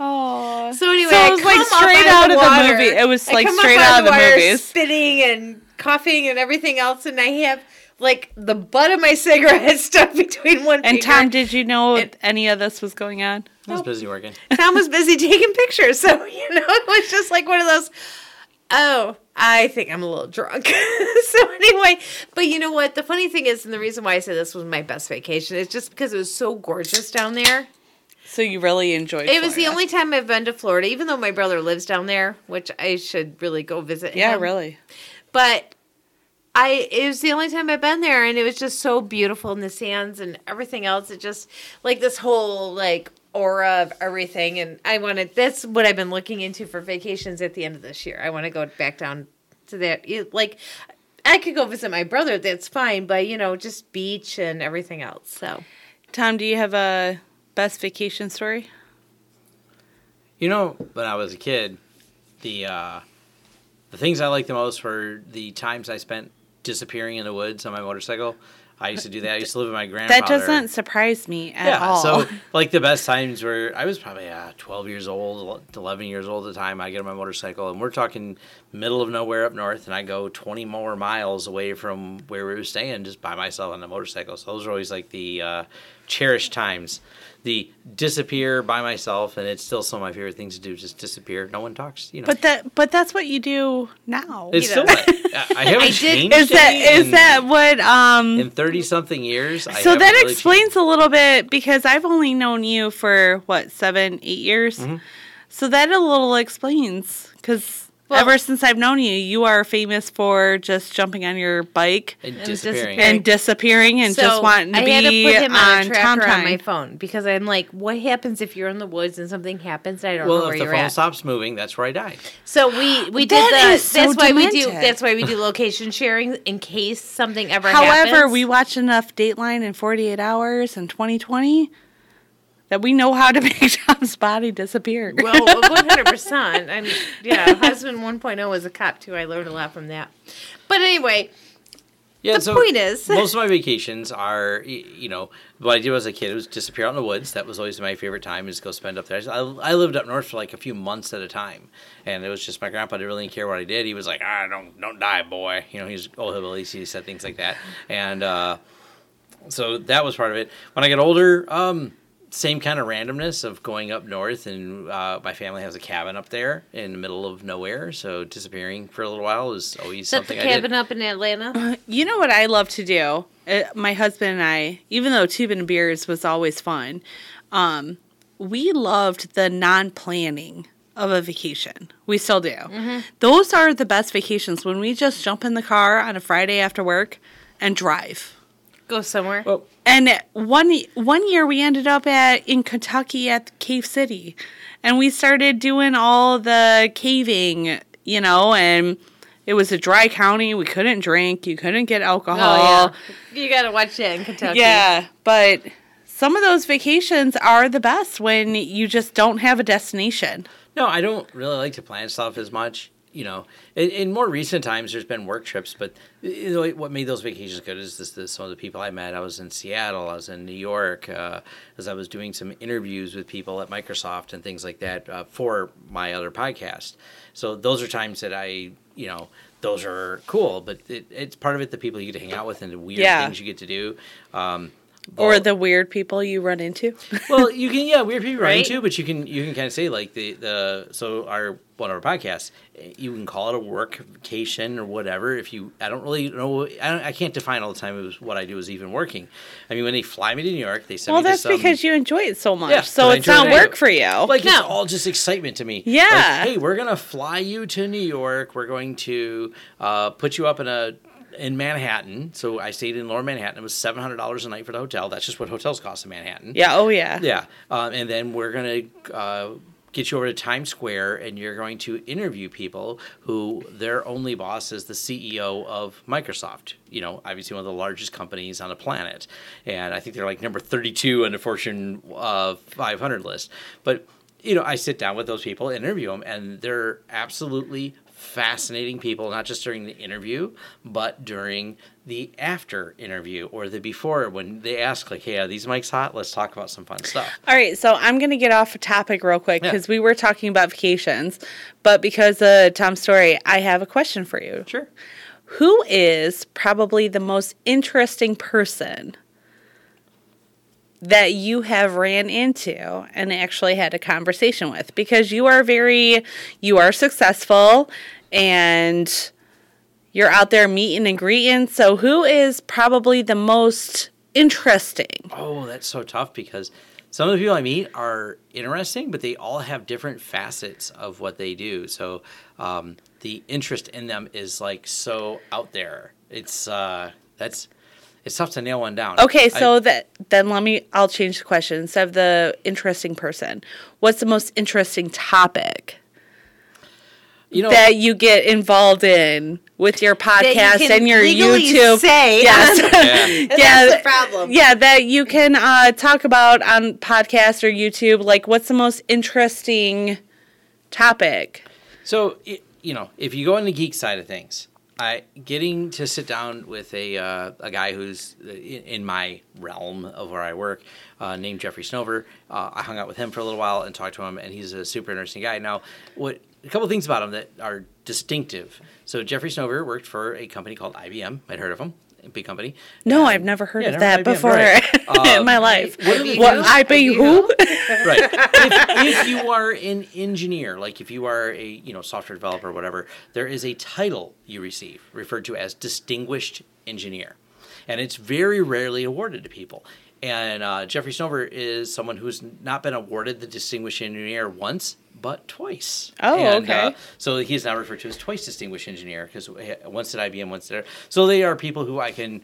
S2: oh.
S1: So anyway,
S2: So
S1: I
S2: it was like
S1: come up
S2: straight
S1: out
S2: out of the
S1: water.
S2: movie. It was
S1: I
S2: like
S1: come up
S2: straight
S1: out
S2: out of the
S1: water,
S2: movies.
S1: spitting and coughing and everything else, and I have like the butt of my cigarette stuck between one.
S2: And
S1: finger.
S2: Tom, did you know any of this was going on?
S3: I was busy working.
S1: Tom was busy taking pictures, so you know it was just like one of those. Oh, I think I'm a little drunk. so anyway, but you know what? The funny thing is, and the reason why I say this was my best vacation is just because it was so gorgeous down there.
S2: So you really enjoyed
S1: It was the only time I've been to Florida, even though my brother lives down there, which I should really go visit.
S2: Yeah,
S1: him.
S2: really.
S1: But I it was the only time I've been there, and it was just so beautiful in the sands and everything else. It just like this whole like aura of everything, and I want to. That's what I've been looking into for vacations at the end of this year. I want to go back down to that. It- Like I could go visit my brother. That's fine, but you know, just beach and everything else. So
S2: Tom, do you have a best vacation story?
S3: You know, when I was a kid, the uh, the things I liked the most were the times I spent disappearing in the woods on my motorcycle. I used to do that. I used to live with my grandfather.
S2: That doesn't surprise me at
S3: yeah,
S2: all.
S3: so like the best times were I was probably uh, 12 years old, 11 years old at the time. I get on my motorcycle, and we're talking middle of nowhere up north, and I go 20 more miles away from where we were staying just by myself on the motorcycle. So those are always like the uh, cherished times. The disappear by myself, and it's still some of my favorite things to do. Just disappear. No one talks. You know,
S2: but that but that's what you do now.
S3: it's
S1: you
S3: still.
S1: know.
S3: what- I, I haven't
S1: I did-
S3: changed.
S2: is that
S3: any
S2: is
S3: in-
S2: that what um
S3: in 30 something years? I
S2: so
S3: haven't
S2: that
S3: really
S2: explains a little bit because I've only known you for what seven, eight years. So that a little explains because
S1: Well-
S2: Ever since I've known you, you are famous for just jumping on your bike
S3: And
S1: was
S3: disappearing.
S1: disappearing.
S2: and disappearing and just wanting to
S1: I
S2: be
S1: had to put him
S2: on,
S1: on, a
S2: time
S1: tracker on my phone because I'm like, what happens if you're in the woods and something happens? And I don't know
S3: Well,
S1: where
S3: if the
S1: you're
S3: phone
S1: at.
S3: stops moving, that's where I died.
S1: So we we did
S2: That
S1: the.
S2: is so
S1: that's why we do.
S2: demented.
S1: That's why we do location sharing in case something ever.
S2: However,
S1: happens.
S2: we watch enough Dateline in 48 hours and 2020 that we know how to make Tom's body disappear.
S1: well, one hundred percent. And yeah, husband one oh was a cop too. I learned a lot from that. But anyway,
S3: Yeah,
S1: The point is-
S3: most of my vacations are, y- you know, what I did as a kid was disappear out in the woods. That was always my favorite time, is go spend up there. I, I lived up north for like a few months at a time, and it was just my grandpa didn't really care what I did. He was like, "Ah, don't don't die, boy." You know, he's old hillbilly. so He said things like that, and uh, so that was part of it. When I got older, um, same kind of randomness of going up north, and uh, my family has a cabin up there in the middle of nowhere. So disappearing for a little while is always
S1: is that the
S3: something I did.
S1: cabin up in Atlanta?
S2: You know what I love to do? Uh, my husband and I, even though tubing beers was always fun, um, we loved the non planning of a vacation. We still do. Those are the best vacations when we just jump in the car on a Friday after work and drive.
S1: Go somewhere.
S3: Well,
S2: And one one year we ended up at in Kentucky at Cave City, and we started doing all the caving, you know, and it was a dry county. We couldn't drink, you couldn't get alcohol.
S1: Oh yeah, you gotta watch that in Kentucky.
S2: yeah, but some of those vacations are the best when you just don't have a destination.
S3: No, I don't really like to plan stuff as much. You know, in, in more recent times, there's been work trips, but you know, what made those vacations good is this, this, some of the people I met. I was in Seattle, I was in New York, uh, as I was doing some interviews with people at Microsoft and things like that uh, for my other podcast. So those are times that I, you know, those are cool, but it, it's part of it the people you get to hang out with and the weird
S2: Yeah.
S3: things you get to do. Um,
S2: Or
S3: well-
S2: the weird people you run into.
S3: well, you can yeah, weird people right?
S1: Right?
S3: too, but you can you can kind of say like the the so our one of our podcasts, you can call it a work vacation or whatever. If you, I don't really know, I, don't, I can't define all the time. It was what I do is even working. I mean, when they fly me to New York, they send
S2: well,
S3: me
S2: that's
S3: to some,
S2: because you enjoy it so much,
S3: Yeah,
S2: so
S3: 'cause I
S2: it's
S3: enjoy
S2: not
S3: it.
S2: work for you.
S3: like it's
S1: No.
S3: all just excitement to me. Like,
S2: Yeah.
S3: hey, we're gonna fly you to New York. We're going to uh, put you up in a in Manhattan. So I stayed in Lower Manhattan. It was seven hundred dollars a night for the hotel. That's just what hotels cost in Manhattan.
S2: yeah, oh yeah.
S3: Yeah, um, and then we're gonna uh, get you over to Times Square, and you're going to interview people who their only boss is the CEO of Microsoft. You know, obviously one of the largest companies on the planet, and I think they're like number 32 on the Fortune uh, 500 list. But you know, I sit down with those people, interview them, and they're absolutely fascinating people not just during the interview but during the after interview or the before when they ask like hey are these mics hot let's talk about some fun stuff
S2: All right, so I'm going to get off topic real quick
S3: Yeah.
S2: because we were talking about vacations, but because of Tom's story, I have a question for you.
S3: sure
S2: Who is probably the most interesting person that you have ran into and actually had a conversation with? Because you are very, you are successful and you're out there meeting and greeting. So who is probably the most interesting?
S3: oh that's so tough because some of the people i meet are interesting but they all have different facets of what they do so um, the interest in them is like so out there it's uh that's it's tough to nail one down
S2: Okay,
S3: I-
S2: so that then let me I'll change the question. Instead of the interesting person, what's the most interesting topic
S3: you know
S2: that you get involved in with your
S1: That you
S2: podcast
S1: can
S2: and your
S1: legally
S2: YouTube?
S1: Say
S2: Yes.
S3: yeah.
S1: That's
S2: yeah.
S1: the problem.
S2: Yeah, that you can uh, talk about on podcast or YouTube. Like, what's the most interesting topic?
S3: So, i you know, if you go on the geek side of things, I getting to sit down with a uh, a guy who's in, in my realm of where I work, uh, named Jeffrey Snover. Uh, I hung out with him for a little while and talked to him, and he's a super interesting guy. Now, what a couple things about him that are distinctive. So, Jeffrey Snover worked for a company called IBM. I'd heard of him, a big company.
S2: No,
S3: And-
S2: I've never heard
S3: Yeah,
S2: of
S3: never
S2: that
S3: mind, yeah,
S2: before
S3: right.
S2: in
S3: Um,
S2: my life.
S3: what do they
S2: What
S3: do?
S2: I be
S3: uh,
S2: who?
S3: right if, if you are an engineer like if you are a you know software developer or whatever there is a title you receive referred to as distinguished engineer and it's very rarely awarded to people and uh, jeffrey snover is someone who's not been awarded the distinguished engineer once but twice.
S2: Oh,
S3: and,
S2: okay.
S3: Uh, so he's now referred to as twice distinguished engineer because once at IBM, once there. So they are people who I can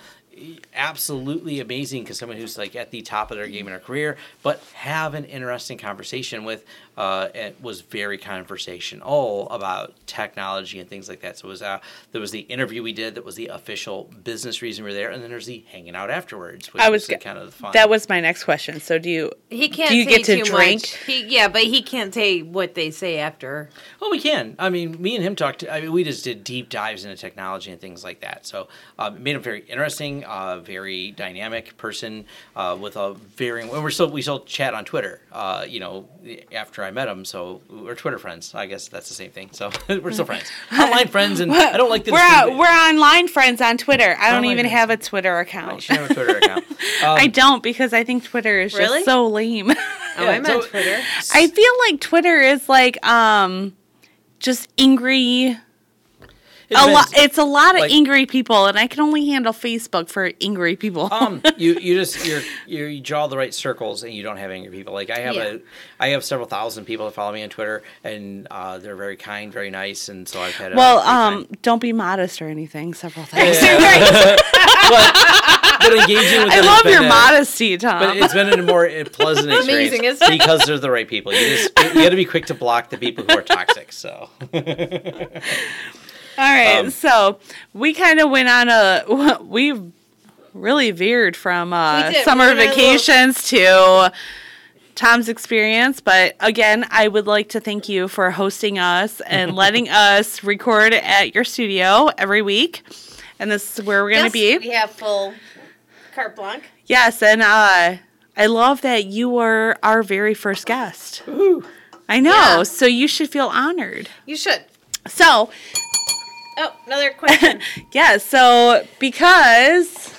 S3: absolutely amazing because someone who's like at the top of their game in their career, but have an interesting conversation with. Uh, it was very conversational about technology and things like that. So it was uh, there was the interview we did that was the official business reason we were there, and then there's the hanging out afterwards, which
S2: I
S3: was
S2: was
S3: the,
S2: g-
S3: kind of the fun.
S2: That was my next question. So do you
S1: He can't.
S2: do you
S1: say
S2: get to
S1: too
S2: drink?
S1: Much. He, yeah, but he can't say what they say after.
S3: Oh, we can. I mean, me and him talked. I mean, we just did deep dives into technology and things like that. So um, it made him very interesting, uh, very dynamic person uh, with a varying. Well, we're still we still chat on Twitter. Uh, you know, after I met him, so we're Twitter friends. I guess that's the same thing. So we're still friends, online friends, and I don't like this.
S2: We're out, we're online friends on Twitter. I don't
S3: Online
S2: even
S3: friends.
S2: have a Twitter
S3: I
S2: account.
S3: should have a Twitter account. Um,
S2: I don't because I think Twitter is
S1: Really?
S2: just so lame.
S1: Oh,
S3: Yeah,
S1: I'm
S3: so-
S1: on Twitter.
S2: I feel like Twitter is like um just angry
S3: it
S2: a lot
S3: depends.
S2: it's a lot of
S3: Like-
S2: angry people and I can only handle Facebook for angry people.
S3: um, you you just you're, you you draw the right circles and you don't have angry people. Like I have
S1: Yeah.
S3: a I have several thousand people that follow me on Twitter and uh, they're very kind, very nice, and so I've had a
S2: well,
S3: great
S2: um
S3: time.
S2: don't be modest or anything several times.
S3: but engaging with
S2: I
S3: them has
S2: love
S3: been
S2: your
S3: a-
S2: modesty,
S3: But
S2: Tom.
S3: it's been a more uh, pleasant experience
S1: Amazing, isn't it?
S3: because they're the right people. You just you got to be quick to block the people who are toxic. So
S2: All right,
S3: Um,
S2: so we kind of went on a we really veered from uh,
S1: We did. We
S2: summer
S1: went on a little-
S2: vacations to Tom's experience. But again, I would like to thank you for hosting us and letting us record at your studio every week. And this is where we're going to be.
S1: Yeah, full carte blanche.
S2: Yes, and uh, I love that you were our very first guest. I know,
S1: Yeah.
S2: so you should feel honored.
S1: You should.
S2: So.
S1: Oh, another question.
S2: Yeah, so because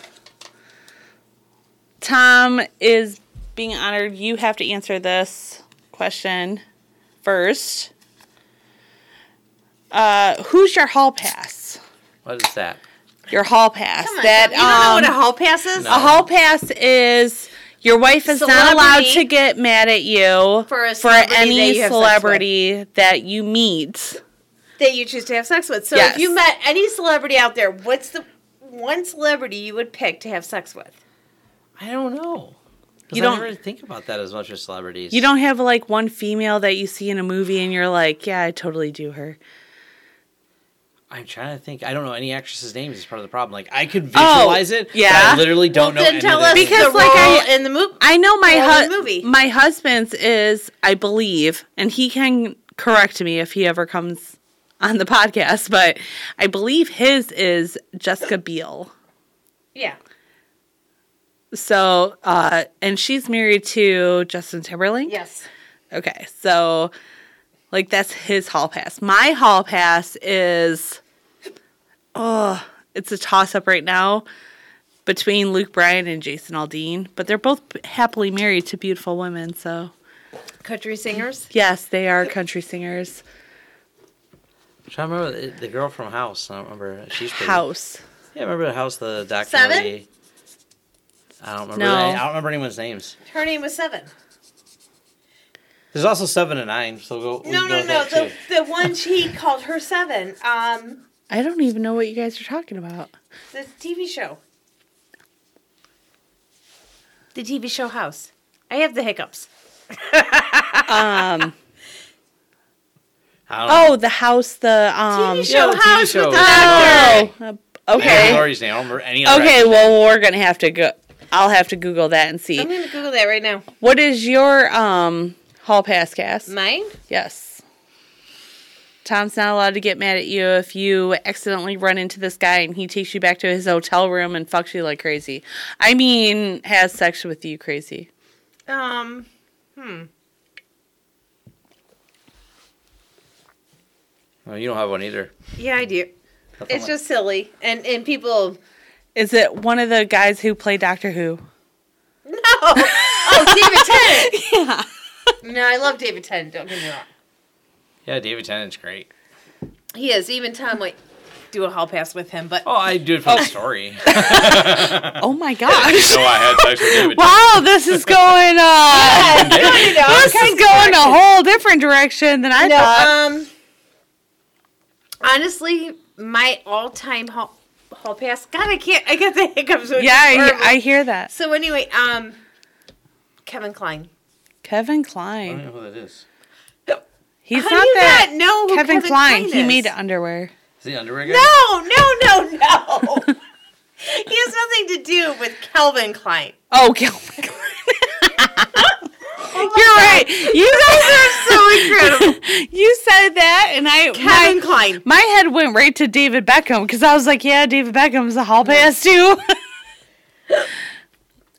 S2: Tom is being honored, you have to answer this question first. Uh, who's your hall pass?
S3: what is that?
S2: Your hall pass.
S1: Come on,
S2: that
S1: you don't know what a
S2: um,
S1: hall pass is?
S2: a hall pass is your wife is not allowed
S1: Celebrity.
S2: to get mad at you
S1: For a celebrity that
S2: any
S1: you have sex with.
S2: celebrity that you meet.
S1: That you choose to have sex with. So
S2: Yes.
S1: if you met any celebrity out there, what's the one celebrity you would pick to have sex with?
S3: I don't know. You
S2: You
S3: don't
S2: don't-
S3: never think about that as much as celebrities.
S2: You don't have like one female that you see in a movie and you're like, yeah, I totally do her.
S3: I'm trying to think. I don't know any actress's names. Is part of the problem. Like I could visualize it. but
S2: Oh, yeah.
S3: I literally don't know.
S1: then
S3: any
S1: tell
S3: of
S1: us
S3: their
S2: Because,
S1: the
S2: like,
S1: role
S2: I-
S1: in the movie.
S2: I know my
S1: Well, in the movie.
S2: hus- my husband's is I believe, and he can correct me if he ever comes on the podcast, but I believe his is Jessica Biel.
S1: Yeah.
S2: So, uh, and she's married to Justin Timberlake.
S1: Yes.
S2: Okay, so like that's his hall pass. My hall pass is oh, it's a toss up right now between Luke Bryan and Jason Aldean, but they're both happily married to beautiful women, so
S1: Country singers.
S2: yes, they are country singers.
S3: I'm trying to remember the, the girl from House. I don't remember. She's pretty.
S2: House.
S3: Yeah, remember the house, the
S1: Seven?
S3: documentary. I don't remember.
S2: No.
S3: any- I don't remember anyone's names.
S1: Her name was Seven.
S3: There's also seven and nine, so we'll, we'll
S1: No,
S3: go
S1: no,
S3: with
S1: no.
S3: that
S1: The,
S3: too.
S1: the one she called her Seven. Um,
S2: I don't even know what you guys are talking about.
S1: the TV show. The TV show House. I have the hiccups.
S2: Um
S3: I don't
S2: oh, the house the um
S1: TV show
S3: the TV
S1: House
S3: show.
S1: with the
S2: oh, uh,
S3: know. I don't know
S2: okay.
S3: Lori's name. I don't remember any other
S2: Okay,
S3: actors.
S2: well we're going to have to go I'll have to google that and see.
S1: I'm gonna Google that right now.
S2: What is your um hall pass cast?
S1: Mine?
S2: yes. Tom's not allowed to get mad at you if you accidentally run into this guy and he takes you back to his hotel room and fucks you like crazy. I mean, has sex with you crazy.
S1: Um, hmm.
S3: No, you don't have one either.
S1: Yeah, I do.
S3: That's
S1: It's
S3: all
S1: just silly, and and people.
S2: Is it one of the guys who play Doctor Who?
S1: No. Oh, David Tennant. No, I love David Tennant. Don't get me wrong.
S3: I- yeah, David Tennant's great.
S1: He is. Even Tom went. do a hall pass with him, but
S3: Oh, I do it for the story.
S2: Oh my gosh.
S4: No, I had sex with David.
S2: Wow, this is going on.
S1: No, you know,
S2: This is going a whole different direction than I thought.
S1: No, um, honestly, my all-time hall, hall pass. God, I can't. I get the hiccups. Which
S2: Yeah,
S1: is
S2: I,
S1: horrible.
S2: I hear that.
S1: so anyway, um, Kevin Klein.
S2: Kevin
S4: I don't
S2: Klein.
S4: know who that is.
S2: He's
S1: How
S2: not
S1: do you
S2: that.
S1: not know who
S2: Kevin,
S1: Kevin
S2: Klein.
S1: Kline
S2: He
S1: is?
S2: made underwear.
S4: Is he underwear guy?
S1: No, no, no, no. he has nothing to do with Kelvin Klein.
S2: Oh, Kevin Klein.
S1: Oh
S2: You're right. You guys are so incredible. you said that, and I
S1: Kevin
S2: my,
S1: Klein.
S2: my head went right to David Beckham because I was like, yeah, David Beckham's a hall pass too.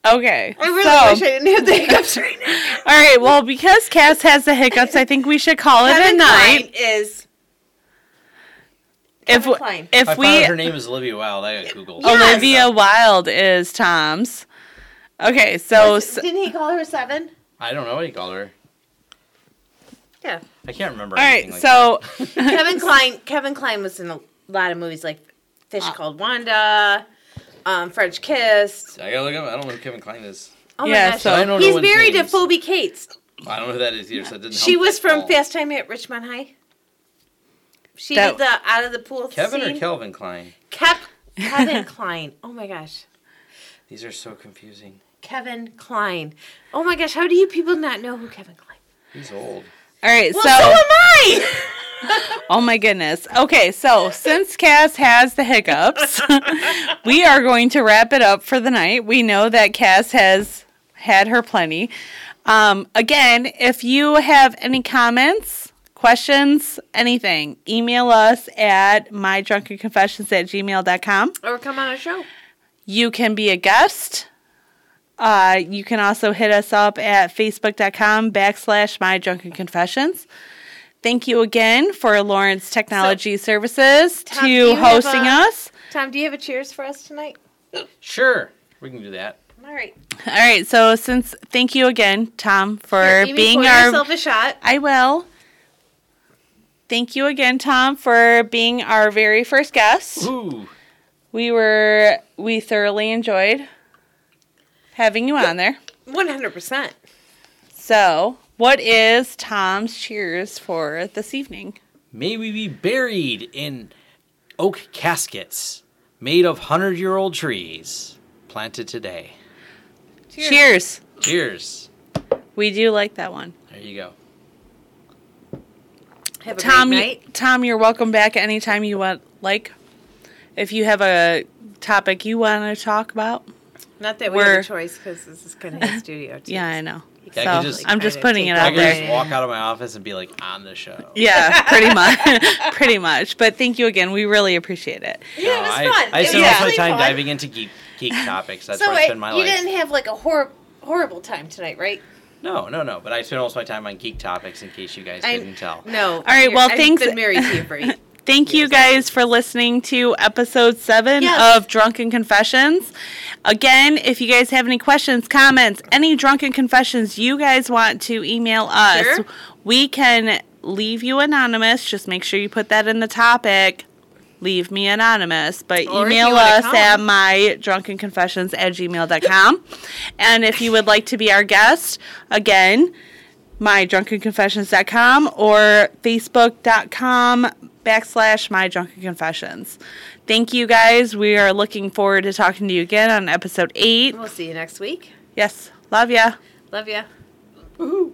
S2: okay.
S1: I really
S2: so-
S1: wish I didn't have the hiccups right now.
S2: All right. Well, because Cass has the hiccups, I think we should call it a
S1: Kevin
S2: night.
S1: Klein is
S2: If
S1: Kevin
S2: w-
S1: Kline.
S2: if
S3: I found her
S2: we
S3: name is Olivia Wilde. I got Googled.
S1: Yeah. Yes.
S2: Olivia Wilde is Tom's. Okay, so s- all
S1: Didn't he call her seven?
S3: I don't know what he called her.
S1: Yeah.
S3: I can't remember. anything
S2: right,
S3: like
S2: so
S1: Kevin Klein. Kevin Klein was in a lot of movies like
S2: Uh.
S1: Fish Called Wanda, um, French Kiss.
S4: I gotta look up. I don't know who Kevin Klein is.
S1: Oh
S2: Yeah,
S1: my gosh.
S2: so-
S3: that. I don't know
S1: He's
S3: what
S1: married to
S3: names-
S1: Phoebe Cates.
S4: I don't know who that is either. So it didn't.
S1: She
S2: Oh,
S4: help
S1: was
S4: at
S1: from
S4: all.
S3: Oh.
S1: Fast Time at Richmond High. She
S2: That-
S1: did the out of the pool
S4: Kevin
S1: scene.
S4: or Kelvin Klein?
S1: Kep, Kevin Klein. Oh my gosh.
S4: These are so confusing.
S1: Kevin Klein. Oh my gosh, how do you people not know who Kevin Klein is?
S4: He's old.
S2: all right,
S1: Well, so, am I!
S2: Oh my goodness. Okay, so since Cass has the hiccups, we are going to wrap it up for the night. We know that Cass has had her plenty. Um, again, if you have any comments, questions, anything, email us at mydrunkenconfessions at gmail.com.
S1: or come on a show.
S2: You can be a guest. Uh, you can also hit us up at facebook.com backslash my drunken confessions. Thank you again for Lawrence Technology Services
S1: Tom, do you
S2: to
S1: have
S2: hosting
S1: a-
S2: us.
S1: Tom, do you have a cheers for us tonight?
S3: Sure, we can do that.
S1: All right.
S2: All right, so since thank you again, Tom, for
S1: Here, Amy,
S2: being
S1: pour
S2: our
S1: yourself a shot.
S2: I will. Thank you again, Tom, for being our very first guest.
S3: Ooh,
S2: We were we thoroughly enjoyed having you on there.
S1: 100%.
S2: So, what is Tom's cheers for this evening?
S3: may we be buried in oak caskets made of hundred-year-old trees planted today.
S2: Cheers.
S3: Cheers.
S2: We do like that one.
S3: There you go.
S1: Have a
S2: Tom,
S1: great
S2: you-
S1: night.
S2: Tom, you're welcome back anytime you want. Like, if you have a topic you want to talk about.
S1: Not that we have
S2: we're-
S1: a choice because this is kind of his studio. Too.
S2: Yeah, I know.
S3: Yeah, I
S2: so,
S3: could just-
S2: I'm just putting it
S1: I
S3: I
S2: out
S3: can
S1: could
S2: there.
S3: just walk out of my office and be like on the show.
S2: Yeah, pretty much. pretty much. But thank you again. We really appreciate it.
S1: Yeah, it was
S3: I,
S1: fun.
S3: I
S1: It
S3: spend
S1: was
S3: most of my
S1: really
S3: time
S1: fun.
S3: diving into geek geek topics. That's
S1: So
S3: where I
S1: wait,
S3: spend my
S1: you
S3: life.
S1: didn't have like a hor- horrible time tonight, right?
S3: No, no, no. But I spend most of my time on geek topics, in case you guys didn't tell.
S1: No. All
S2: right, well,
S1: I've
S2: thanks-
S1: been married to you for eight-
S2: Thank you guys for listening to episode seven
S1: Yes.
S2: of Drunken Confessions. Again, if you guys have any questions, comments, any drunken confessions you guys want to email us,
S1: Sure.
S2: we can leave you anonymous. Just make sure you put that in the topic. Leave me anonymous,
S1: Or
S2: but
S1: if you
S2: email
S1: wanna
S2: us
S1: come.
S2: at my drunken confessions at gmail.com. and if you would like to be our guest, again, mydrunkenconfessions.com or facebook.com backslash my drunken confessions thank you guys we are looking forward to talking to you again on episode 8
S1: We'll see you next week.
S2: yes love ya
S1: Love ya.
S3: Woohoo.